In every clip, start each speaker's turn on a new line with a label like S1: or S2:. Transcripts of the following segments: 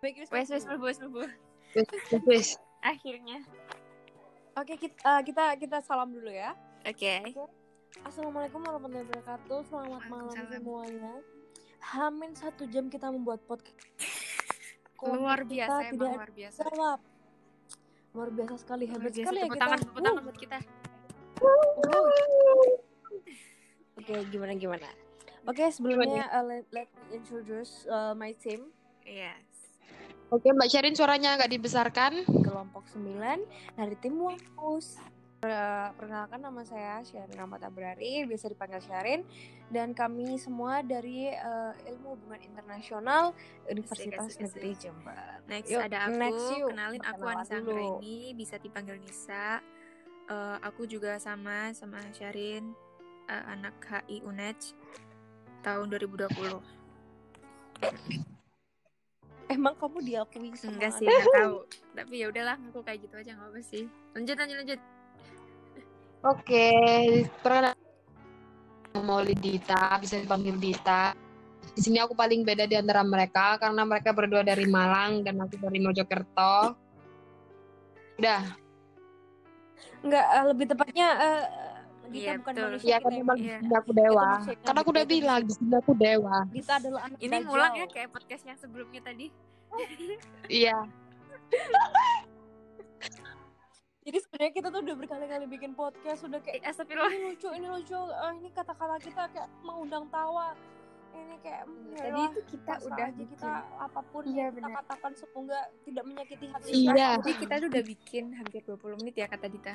S1: Baik, wis,
S2: Wes
S1: wis.
S2: wes mlebu wes mlebu.
S3: Wis, wis, wis.
S2: Akhirnya.
S1: Oke, kita, eh, kita kita salam dulu ya.
S2: Oke.
S1: Assalamualaikum warahmatullahi wabarakatuh. Selamat malam
S2: Waalaikumsalam.
S1: semuanya. Hamin satu jam kita membuat podcast.
S2: Luar biasa
S1: kita
S2: emang
S1: tidak
S2: luar biasa.
S1: jawab. Luar biasa sekali,
S2: Luar
S1: hebat
S2: biasa.
S1: sekali ya
S2: Tepuk
S1: kita.
S2: tangan, tepuk tangan
S1: Wuh.
S2: buat kita.
S1: Wow. Oke, gimana gimana? Oke, sebelumnya uh, let, let me introduce uh, my team
S2: Yes.
S3: Oke, Mbak Sherin suaranya agak dibesarkan.
S1: kelompok 9 dari tim Wakus. Per- Perkenalkan nama saya Syarin Rahmat Abrari, biasa dipanggil Syarin dan kami semua dari uh, Ilmu Hubungan Internasional Universitas
S2: Asik, asik,
S1: Negeri
S2: asik.
S1: Jember.
S2: Next
S1: Yuk,
S2: ada aku,
S1: next yuk.
S2: kenalin aku
S1: Perkenalan
S2: Anissa
S1: dulu.
S2: Anggraini, bisa dipanggil Nisa. Eh, aku juga sama sama Syarin, eh, anak HI UNEJ tahun 2020.
S1: Emang kamu diakui sama
S2: Enggak sih,
S1: anak?
S2: enggak tahu. Tapi ya udahlah, aku kayak gitu aja enggak apa sih. Lanjut lanjut lanjut.
S3: Oke, perkenalan mau Dita, bisa dipanggil Dita. Di sini aku paling beda di antara mereka karena mereka berdua dari Malang dan aku dari Mojokerto. Udah,
S1: Enggak, uh, lebih tepatnya uh,
S2: Iya,
S1: Dita bukan
S2: betul.
S1: manusia
S3: ya
S1: kita
S3: kan memang
S1: ya.
S3: di
S2: Iya. gitu.
S3: sini aku dewa.
S1: Kita manusia,
S3: Karena aku udah
S1: kita
S3: bilang di sini aku dewa.
S1: Dita adalah anak
S2: Ini
S1: dajjal.
S2: ngulang ya kayak podcast yang sebelumnya tadi.
S3: Iya,
S1: Jadi sebenarnya kita tuh udah berkali-kali bikin podcast udah kayak
S2: Eh, astagfirullah.
S1: ini lucu ini lucu eh, ini kata-kata kita kayak mengundang tawa ini kayak mm, ya
S2: Tadi
S1: Allah,
S2: itu kita
S1: pasrah
S2: udah
S1: aja kita
S2: bikin.
S1: apapun
S2: Iya,
S1: yang kita
S2: benar.
S1: katakan semoga tidak menyakiti hati
S3: Iya.
S1: kita.
S2: Jadi kita tuh udah bikin hampir 20 menit ya kata Dita.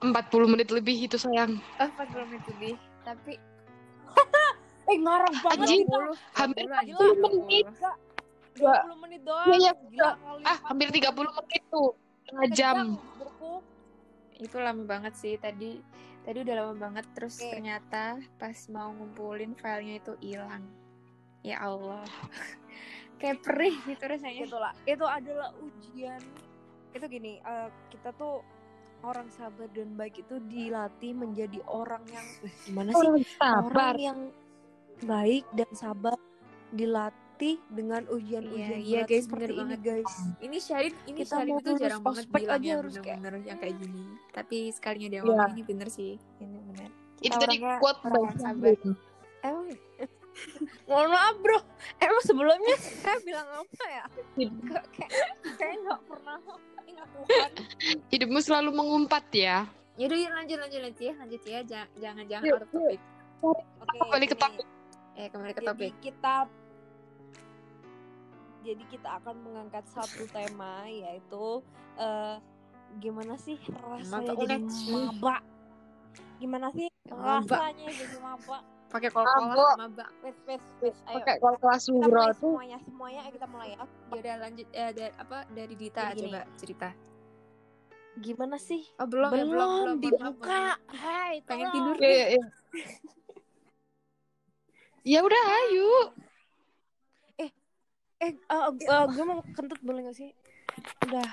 S3: 40 menit lebih itu sayang.
S2: Oh, 40 menit lebih. Tapi
S1: eh ngarang banget
S3: Anjing.
S1: Dita.
S3: Hampir
S2: 20 aja,
S3: 40 menit.
S2: 20.
S1: Enggak, 20 menit doang
S3: Iya, iya,
S1: Gila, kali
S3: Ah, hampir 30 menit tuh.
S2: Iya,
S3: Setengah jam.
S1: berku.
S2: itu lama banget sih tadi tadi udah lama banget terus
S1: Oke.
S2: ternyata pas mau ngumpulin filenya itu hilang ya Allah kayak perih gitu rasanya
S1: itulah itu adalah ujian itu gini eh, kita tuh orang sabar dan baik itu dilatih menjadi orang yang eh, gimana
S2: iya.
S1: sih
S3: Orang sabar.
S1: orang yang baik dan sabar dilatih dengan
S2: Iya,
S1: ujian-ujian
S2: iya,
S1: berat
S2: guys,
S1: seperti
S2: bener
S1: ini
S2: banget.
S1: guys.
S2: ini Syarin ini
S1: Kita
S2: Syarin
S1: mau
S2: itu
S1: lulus
S2: jarang banget
S1: ospek
S2: bilang
S1: aja
S2: yang
S1: harus kayak-
S2: bener-bener yang kayak gini tapi sekalinya dia
S3: Iya.
S2: ngomong ini bener sih ini bener
S3: Itu tadi
S2: orangnya
S3: quote
S2: orang
S3: Mbak
S2: sabar.
S3: Sherin.
S1: Emang ya? mohon maaf bro, emang sebelumnya saya bilang apa ya? Kok kayak saya nggak pernah ingat Tuhan.
S3: Hidupmu selalu mengumpat
S2: Iya.
S3: ya.
S2: Yaudah, yuk lanjut lanjut lanjut ya lanjut ya jangan jangan jangan
S1: Iya,
S3: Yuk,
S2: out of topic
S1: Oke,
S3: Kembali ke
S1: gini.
S3: topik.
S2: eh kembali ke
S1: Jadi
S2: topik
S1: kita jadi kita akan mengangkat satu tema yaitu eh, gimana sih rasanya
S2: Mata
S1: jadi
S2: unek.
S1: maba? Gimana sih
S2: Maba.
S1: rasanya jadi maba?
S2: pakai kol-kolan
S3: Mabok.
S2: sama bak
S1: Wes wes wes ayo.
S3: Pakai kol kelas
S1: kita mulai
S3: surau tuh.
S1: semuanya semuanya ayo kita mulai ya.
S2: yaudah lanjut eh, dari apa dari Dita
S1: Gini, gini.
S2: coba cerita
S1: Gimana sih?
S2: Oh belum, ya, belum, belum,
S1: belum
S2: belum, belum,
S1: dibuka. Hai,
S2: belum. Pengen
S1: tolong.
S2: tidur
S3: Iya, iya, iya. Ya udah, ayo.
S1: Eh, eh, eh, gue mau kentut boleh gak sih? Udah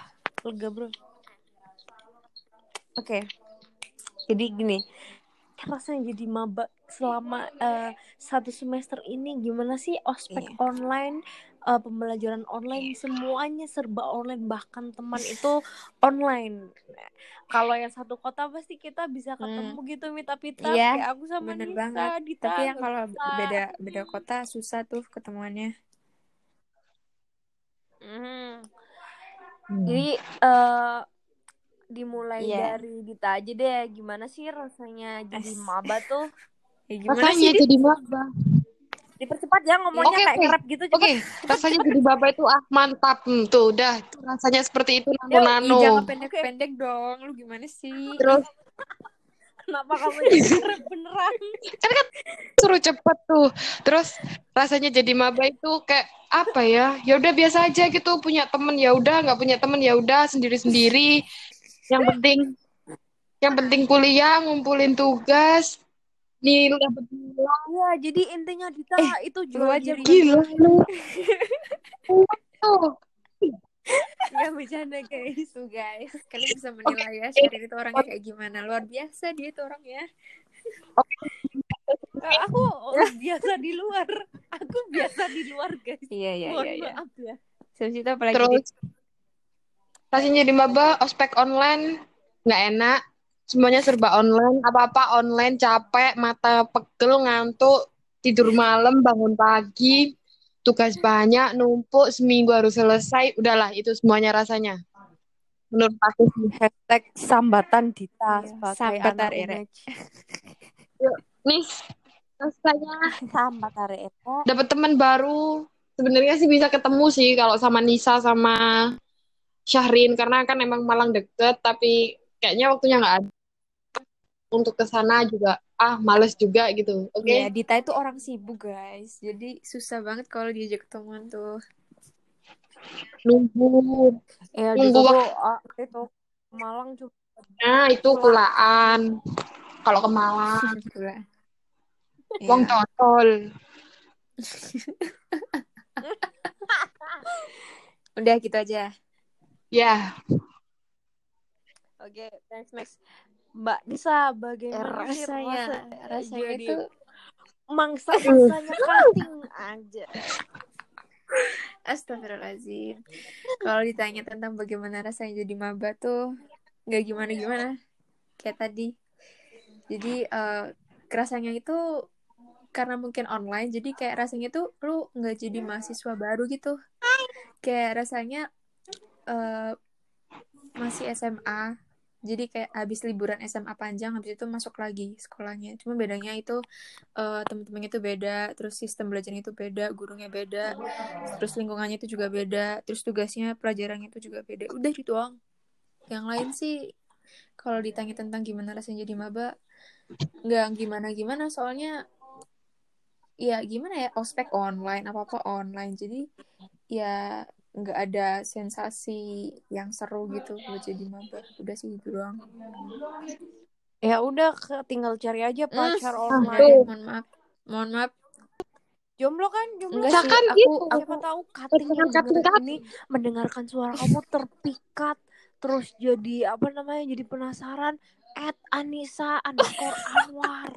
S1: lega bro. Oke. Jadi gini, rasanya jadi maba selama eh, satu semester ini gimana sih ospek
S2: Iya.
S1: online, eh, pembelajaran online semuanya serba online bahkan teman itu online. Nah, Kalau yang satu kota pasti kita bisa ketemu gitu mita-mita
S2: Hmm. Iya,
S1: kayak aku sama
S2: bener
S1: Nisa,
S2: banget.
S1: Dita.
S2: Tapi yang
S1: nggak
S2: kalau
S1: bisa.
S2: beda beda kota susah tuh ketemuannya.
S1: Mm. Jadi eh, dimulai
S2: Iya.
S1: dari Dita aja deh. Gimana sih rasanya jadi
S2: As-
S1: maba tuh?
S2: Ya, gimana
S3: Rasanya
S2: sih? Dit?
S3: jadi maba.
S1: Dipercepat ya ngomongnya
S3: Oke,
S1: kayak
S3: oke.
S1: ngerap gitu.
S3: Oke, rasanya jadi maba itu ah mantap Hmm, tuh udah Itu rasanya seperti
S2: Iya,
S3: itu nano nano.
S2: Ih, jangan pendek-pendek dong. Lu gimana sih?
S3: Terus
S1: Kenapa kamu jadi ngerap beneran?
S3: suruh cepet tuh. Terus rasanya jadi maba itu kayak apa ya? Ya udah biasa aja gitu punya temen ya udah nggak punya temen ya udah sendiri sendiri. Yang penting yang penting kuliah ngumpulin tugas nilai dapat nilai
S1: Iya, jadi intinya Dita itu
S2: lu
S1: jual
S2: aja
S1: diri.
S3: gila lu. Wow.
S2: Enggak bercanda guys. Tuh guys, kalian bisa menilai ya Sherin itu orangnya kayak gimana. Luar biasa dia tuh orangnya.
S1: Eh, Aku biasa di luar. Aku biasa di luar, guys.
S2: Iya, iya,
S1: Mohon
S2: iya, iya.
S1: maaf ya.
S2: Habis itu apalagi
S3: Terus rasanya jadi maba ospek online nggak enak. Semuanya serba online, apa-apa online, capek, mata pegel, ngantuk, tidur malam, bangun pagi, tugas banyak, numpuk, seminggu harus selesai. Udahlah, itu semuanya rasanya. Menurut aku sih.
S1: Hashtag sambatan
S2: Iya,
S1: Dita sebagai
S2: sambat
S1: anak
S2: arek-arek.
S1: unek.
S3: Nih, rasanya
S1: Sambat arek-arek.
S3: dapat teman baru sebenarnya sih bisa ketemu sih kalau sama Nisa sama Syahrin karena kan emang Malang deket tapi kayaknya waktunya nggak ada untuk ke sana juga ah males juga gitu oke
S2: Iya, Dita itu orang sibuk guys, jadi susah banget kalau diajak ketemuan tuh.
S3: nunggu
S1: Ya,
S3: Nunggu
S1: dulu ah, itu Malang juga
S3: nah itu kulaan kalau ke Malang
S2: Gila.
S3: wong
S2: Iya.
S3: totol
S2: Udah gitu aja.
S3: ya
S1: Oke, next next. Mbak Disa,
S2: Iya,
S1: bagaimana sih
S2: Eh, rasanya
S1: rasa-
S2: ya, rasanya
S1: jadi
S2: itu
S1: mangsa-mangsanya cutting aja.
S2: Astagfirullahaladzim. Kalau ditanya tentang bagaimana rasanya jadi maba tuh nggak gimana-gimana. Kayak tadi. Jadi eh, kerasanya itu karena mungkin online jadi kayak rasanya tuh lu nggak jadi mahasiswa baru gitu. Kayak rasanya eh, masih SMA. Jadi kayak habis liburan SMA panjang habis itu masuk lagi sekolahnya. Cuma bedanya itu eh, teman-temannya itu beda, terus sistem belajarnya itu beda, gurunya beda terus lingkungannya itu juga beda terus tugasnya pelajarannya itu juga beda udah itu doang yang lain sih kalau ditanya tentang gimana rasanya jadi maba nggak gimana gimana soalnya ya gimana ya ospek online apa apa online jadi ya nggak ada sensasi yang seru gitu buat jadi maba udah sih itu doang
S1: Ya udah, ke- tinggal cari aja pacar
S3: tuh.
S1: online.
S2: mohon maaf mohon maaf
S1: Jomblo kan, jomblo.
S2: Enggak
S1: kan?
S2: sih,
S3: Kan
S2: aku,
S3: gitu.
S2: aku
S1: Siapa tahu cuttingnya
S3: Pacaran
S1: mendengar
S3: cutting-cutting.
S1: ini mendengarkan suara kamu terpikat, terus jadi apa namanya? Jadi penasaran. At Anissa underscore Anwar.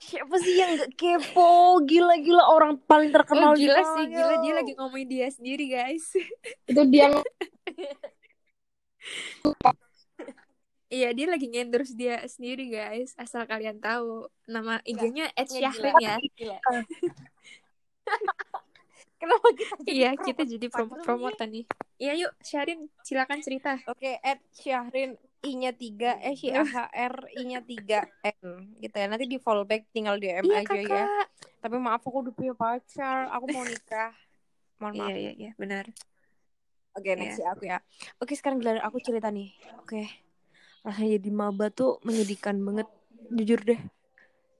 S1: Siapa sih yang gak kepo? Gila-gila orang paling terkenal
S2: oh,
S1: di
S2: gila sih
S1: Malang,
S2: gila
S1: yo.
S2: dia lagi ngomongin dia sendiri guys
S3: itu dia yang
S2: Iya, dia lagi ngendorse dia sendiri, guys. Asal kalian tahu, nama IG-nya
S1: Ya,
S2: @syahrin ya.
S1: Gila. Kenapa kita jadi
S2: Iya,
S1: promo?
S2: kita jadi promo-promotan nih. Iya, yuk, Syahrin, silakan cerita.
S1: Oke, at Syahrin I-nya 3, eh R I-nya 3 N gitu ya. Nanti di follow back tinggal DM
S2: Iya,
S1: aja ya.
S2: Kakak.
S1: Tapi maaf aku udah punya pacar, aku mau nikah. Mohon maaf.
S2: Iya, iya, iya, benar.
S1: Oke, next ya aku ya. Oke, sekarang giliran aku cerita nih. Oke. Rasanya jadi maba tuh menyedihkan banget, jujur deh.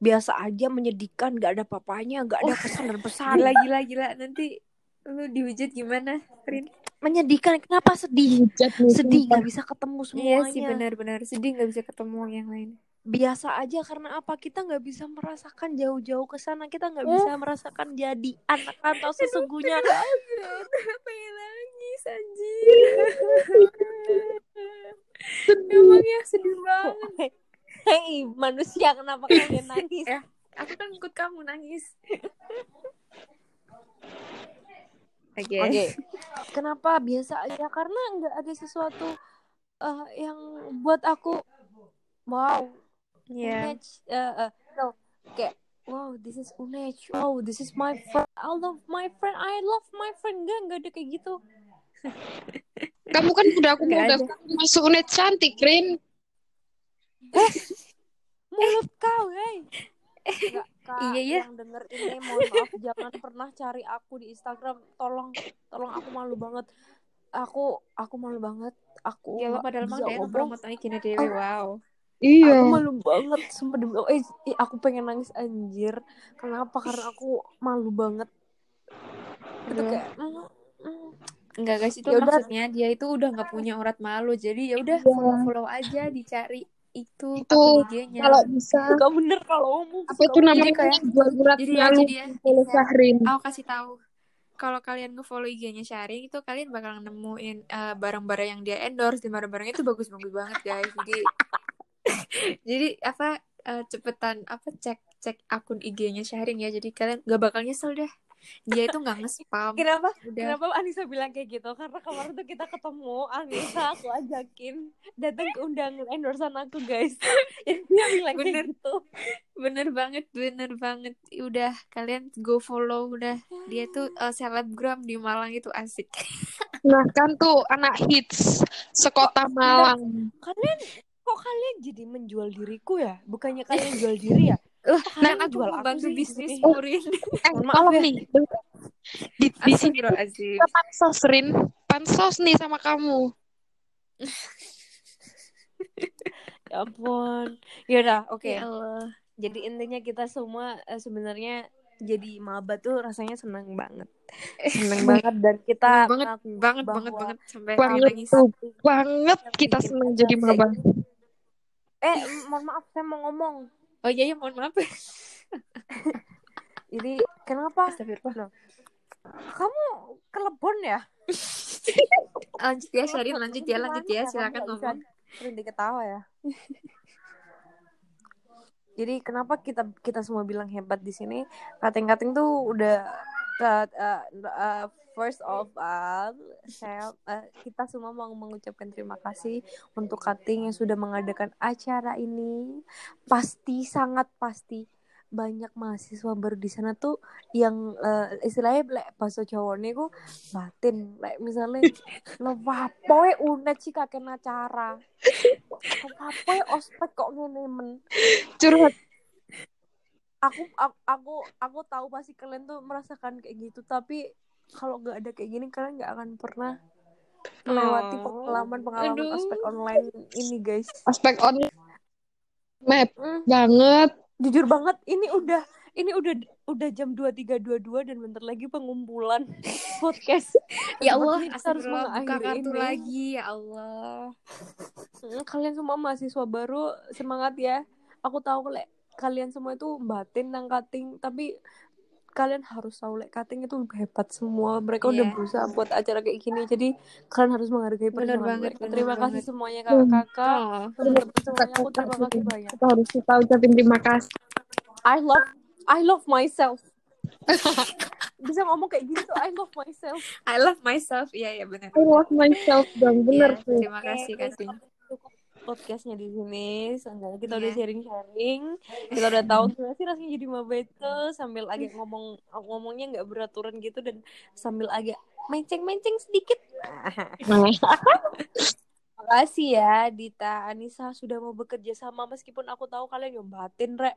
S1: Biasa aja menyedihkan, gak ada papanya, gak
S2: Oh.
S1: ada kesan dan pesan.
S2: Gila, gila, gila. Nanti lu dihujat gimana, Rin?
S1: Menyedihkan, kenapa sedih?
S3: hujat nih,
S1: Sedih
S3: sumpah.
S1: gak bisa ketemu semuanya.
S2: Iya sih, benar-benar. Sedih nggak bisa ketemu yang lain.
S1: biasa aja karena apa kita nggak bisa merasakan jauh-jauh ke sana kita nggak
S2: Oh.
S1: bisa merasakan jadi anak rantau sesungguhnya
S2: pengen nangis, anjir. Emang ya, sedih banget.
S1: hei manusia kenapa kalian nangis
S2: Eh. Aku kan ikut kamu nangis. Oke.
S1: oke kenapa biasa aja karena nggak ada sesuatu eh, yang buat aku wow
S2: Iya.
S1: Unage, eh, eh, no, kayak wow this is Unage, wow this is my friend, I love my friend, I love my friend, enggak enggak ada kayak gitu.
S3: kamu kan udah aku mau
S2: Nggak ada.
S3: daftar masuk unit cantik Rin
S1: Mulut kau, hei. Enggak, Kak,
S2: Iya, iya.
S1: yang denger ini mohon maaf jangan pernah cari aku di Instagram. Tolong, tolong aku malu banget. Aku aku malu banget. Aku
S2: Ya lo
S1: nggak
S2: padahal mah
S1: bisa
S2: dia
S1: ngomong.
S2: promotonya gini dewe, wow.
S1: Aku malu banget sumpah demi Allah. Eh, ih, aku pengen nangis anjir. Kenapa? Karena aku malu banget. Itu
S2: Aduh.
S1: kayak mm, mm.
S2: Enggak guys, itu
S1: Yaudah.
S2: maksudnya dia itu udah nggak punya urat malu. Jadi ya udah
S3: Iya.
S2: follow-follow aja dicari itu
S3: Itu,
S2: akun IG-nya.
S3: kalau bisa
S1: Suka bener kalau ngomong
S3: apa itu namanya
S2: Iya. kayak-
S3: jual urat
S2: jadi ya,
S3: malu
S2: jadi ya.
S3: oleh Syahrin
S2: Aku kasih tahu. Kalau kalian nge-follow IG-nya Syahrin itu kalian bakal nemuin eh, barang-barang yang dia endorse dan barang-barangnya itu bagus-bagus banget guys. Jadi jadi apa eh, cepetan apa cek cek akun IG-nya Syahrin ya. Jadi kalian nggak bakal nyesel deh. dia itu nggak nge-spam
S1: Kenapa?
S2: udah
S1: Kenapa Anissa bilang kayak gitu? Karena kemarin tuh kita ketemu Anissa, aku ajakin datang ke undangan endorsean aku guys. Jadi dia bilang
S2: Bener.
S1: kayak gitu.
S2: bener banget bener banget udah kalian go follow udah dia tuh eh, selebgram di Malang itu asik
S3: Nah kan tuh anak hits sekota Malang.
S1: Kalian kok kalian jadi menjual diriku ya? Bukannya kalian jual diri ya?
S2: Loh,
S1: kalian
S2: kan aku
S1: jual aku
S2: membantu
S1: sih.
S2: bisnis
S1: Oh,
S2: Murin
S3: Eh,
S1: Mohon maaf
S3: tolong
S1: ya.
S3: nih. Di, di sini tuh
S2: Astagfirullahaladzim.
S3: kita pansos, Rin. Pansos nih sama kamu.
S1: ya ampun. Yaudah, oke.
S2: Ya Allah.
S1: Jadi intinya kita semua eh, sebenarnya jadi maba tuh rasanya senang banget. Senang banget dan kita
S2: Senang banget,
S1: mengakui
S2: banget
S1: bahwa
S2: banget banget sampai
S3: Banget
S2: nangis
S3: tuh. Banget kita seneng jadi maba.
S1: Eh, m- mohon maaf saya mau ngomong.
S2: oh iya ya mohon maaf
S1: Jadi kenapa
S2: Astagfirullah.
S1: kamu kelebon ya?
S2: lanjut ya
S1: Iya,
S2: Syarin lanjut ya lanjut ya silakan
S1: Kamu nggak
S2: ngomong
S1: bisa Berhenti ketawa ya. Jadi kenapa kita kita semua bilang hebat di sini? Kating-kating tuh udah uh, uh, uh, first of all saya uh, kita semua mau mengucapkan terima kasih untuk Kating yang sudah mengadakan acara ini. Pasti sangat pasti banyak mahasiswa baru di sana tuh yang uh, istilahnya lek bahasa Jawane ku batin lek misalnya lewapoe unet sih kakek acara lewapoe ospek kok ngene men
S3: Curhat.
S1: aku aku aku, aku tahu pasti kalian tuh merasakan kayak gitu tapi kalau nggak ada kayak gini kalian nggak akan pernah melewati
S2: Oh.
S1: pengalaman pengalaman
S2: Aduh.
S1: ospek online ini guys
S3: Aspek on map
S1: Mm,
S3: banget.
S1: jujur banget ini udah ini udah udah jam dua tiga dua dua dan bentar lagi pengumpulan podcast
S2: ya Allah
S1: Sepertinya kita harus
S2: astagfirullah buka
S1: mengakhiri
S2: kartu
S1: ini.
S2: lagi ya Allah
S1: Mm, Kalian semua mahasiswa baru semangat ya. Aku tahu lek kalian semua itu batin nang kating, tapi kalian harus tahu lek kating itu hebat semua. Mereka udah
S2: Iya.
S1: berusaha buat acara kayak gini. Jadi kalian harus menghargai
S2: Bener
S1: perjuangan
S2: banget,
S1: mereka.
S2: bener
S1: Terima
S2: banget.
S1: kasih semuanya kakak-kakak.
S2: oh.
S1: Teman-teman
S3: Kita,
S1: semuanya aku terima kasih banyak.
S3: kita harus kita ucapin terima kasih.
S1: I love I love myself. Bisa ngomong kayak gini tuh I love myself.
S2: I love myself iya ya benar
S3: I love myself dong, bener
S2: Iya,
S3: tuh.
S2: terima kasih
S1: Oke,
S2: Kating
S1: cukup podcastnya di sini seenggaknya kita
S2: Iya.
S1: udah sharing sharing kita udah tahu gimana sih rasanya jadi maba itu sambil agak ngomong ngomongnya nggak beraturan gitu dan sambil agak menceng menceng sedikit
S3: Nah,
S1: makasih ya Dita Anissa sudah mau bekerja sama meskipun aku tahu kalian nyombatin rek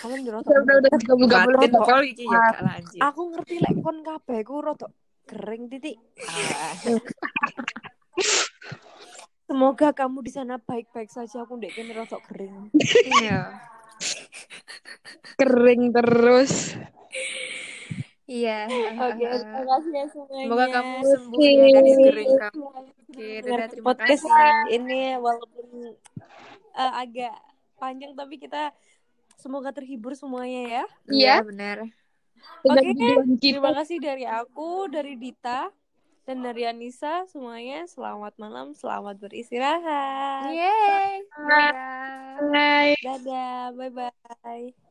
S1: kalian nyuruh
S3: Iya, Udah, udah, udah, gak boleh
S2: batin pol iki ya Kak lanjut
S1: aku ngerti lek kon kabeh ku rodok kering titik Semoga kamu di sana baik-baik saja. Aku ndek kene rodok kering.
S2: iya
S3: kering terus.
S2: iya
S1: Oke, terima kasih ya semuanya.
S2: semoga kamu sembuh
S3: Oke.
S2: ya dari kering kamu
S1: Oke,
S2: dadah, terima
S1: podcast Iya.
S2: kasih.
S1: saat ini walaupun eh, agak panjang tapi kita semoga terhibur semuanya ya.
S2: iya
S3: Iya.
S2: benar
S3: Sudah
S1: Oke,
S3: dibilang kita.
S1: Terima kasih dari aku, dari Dita, dan dari Anissa semuanya. Selamat malam, selamat
S2: Iya.
S1: beristirahat.
S2: yeay dadah
S1: Dadah, bye-bye.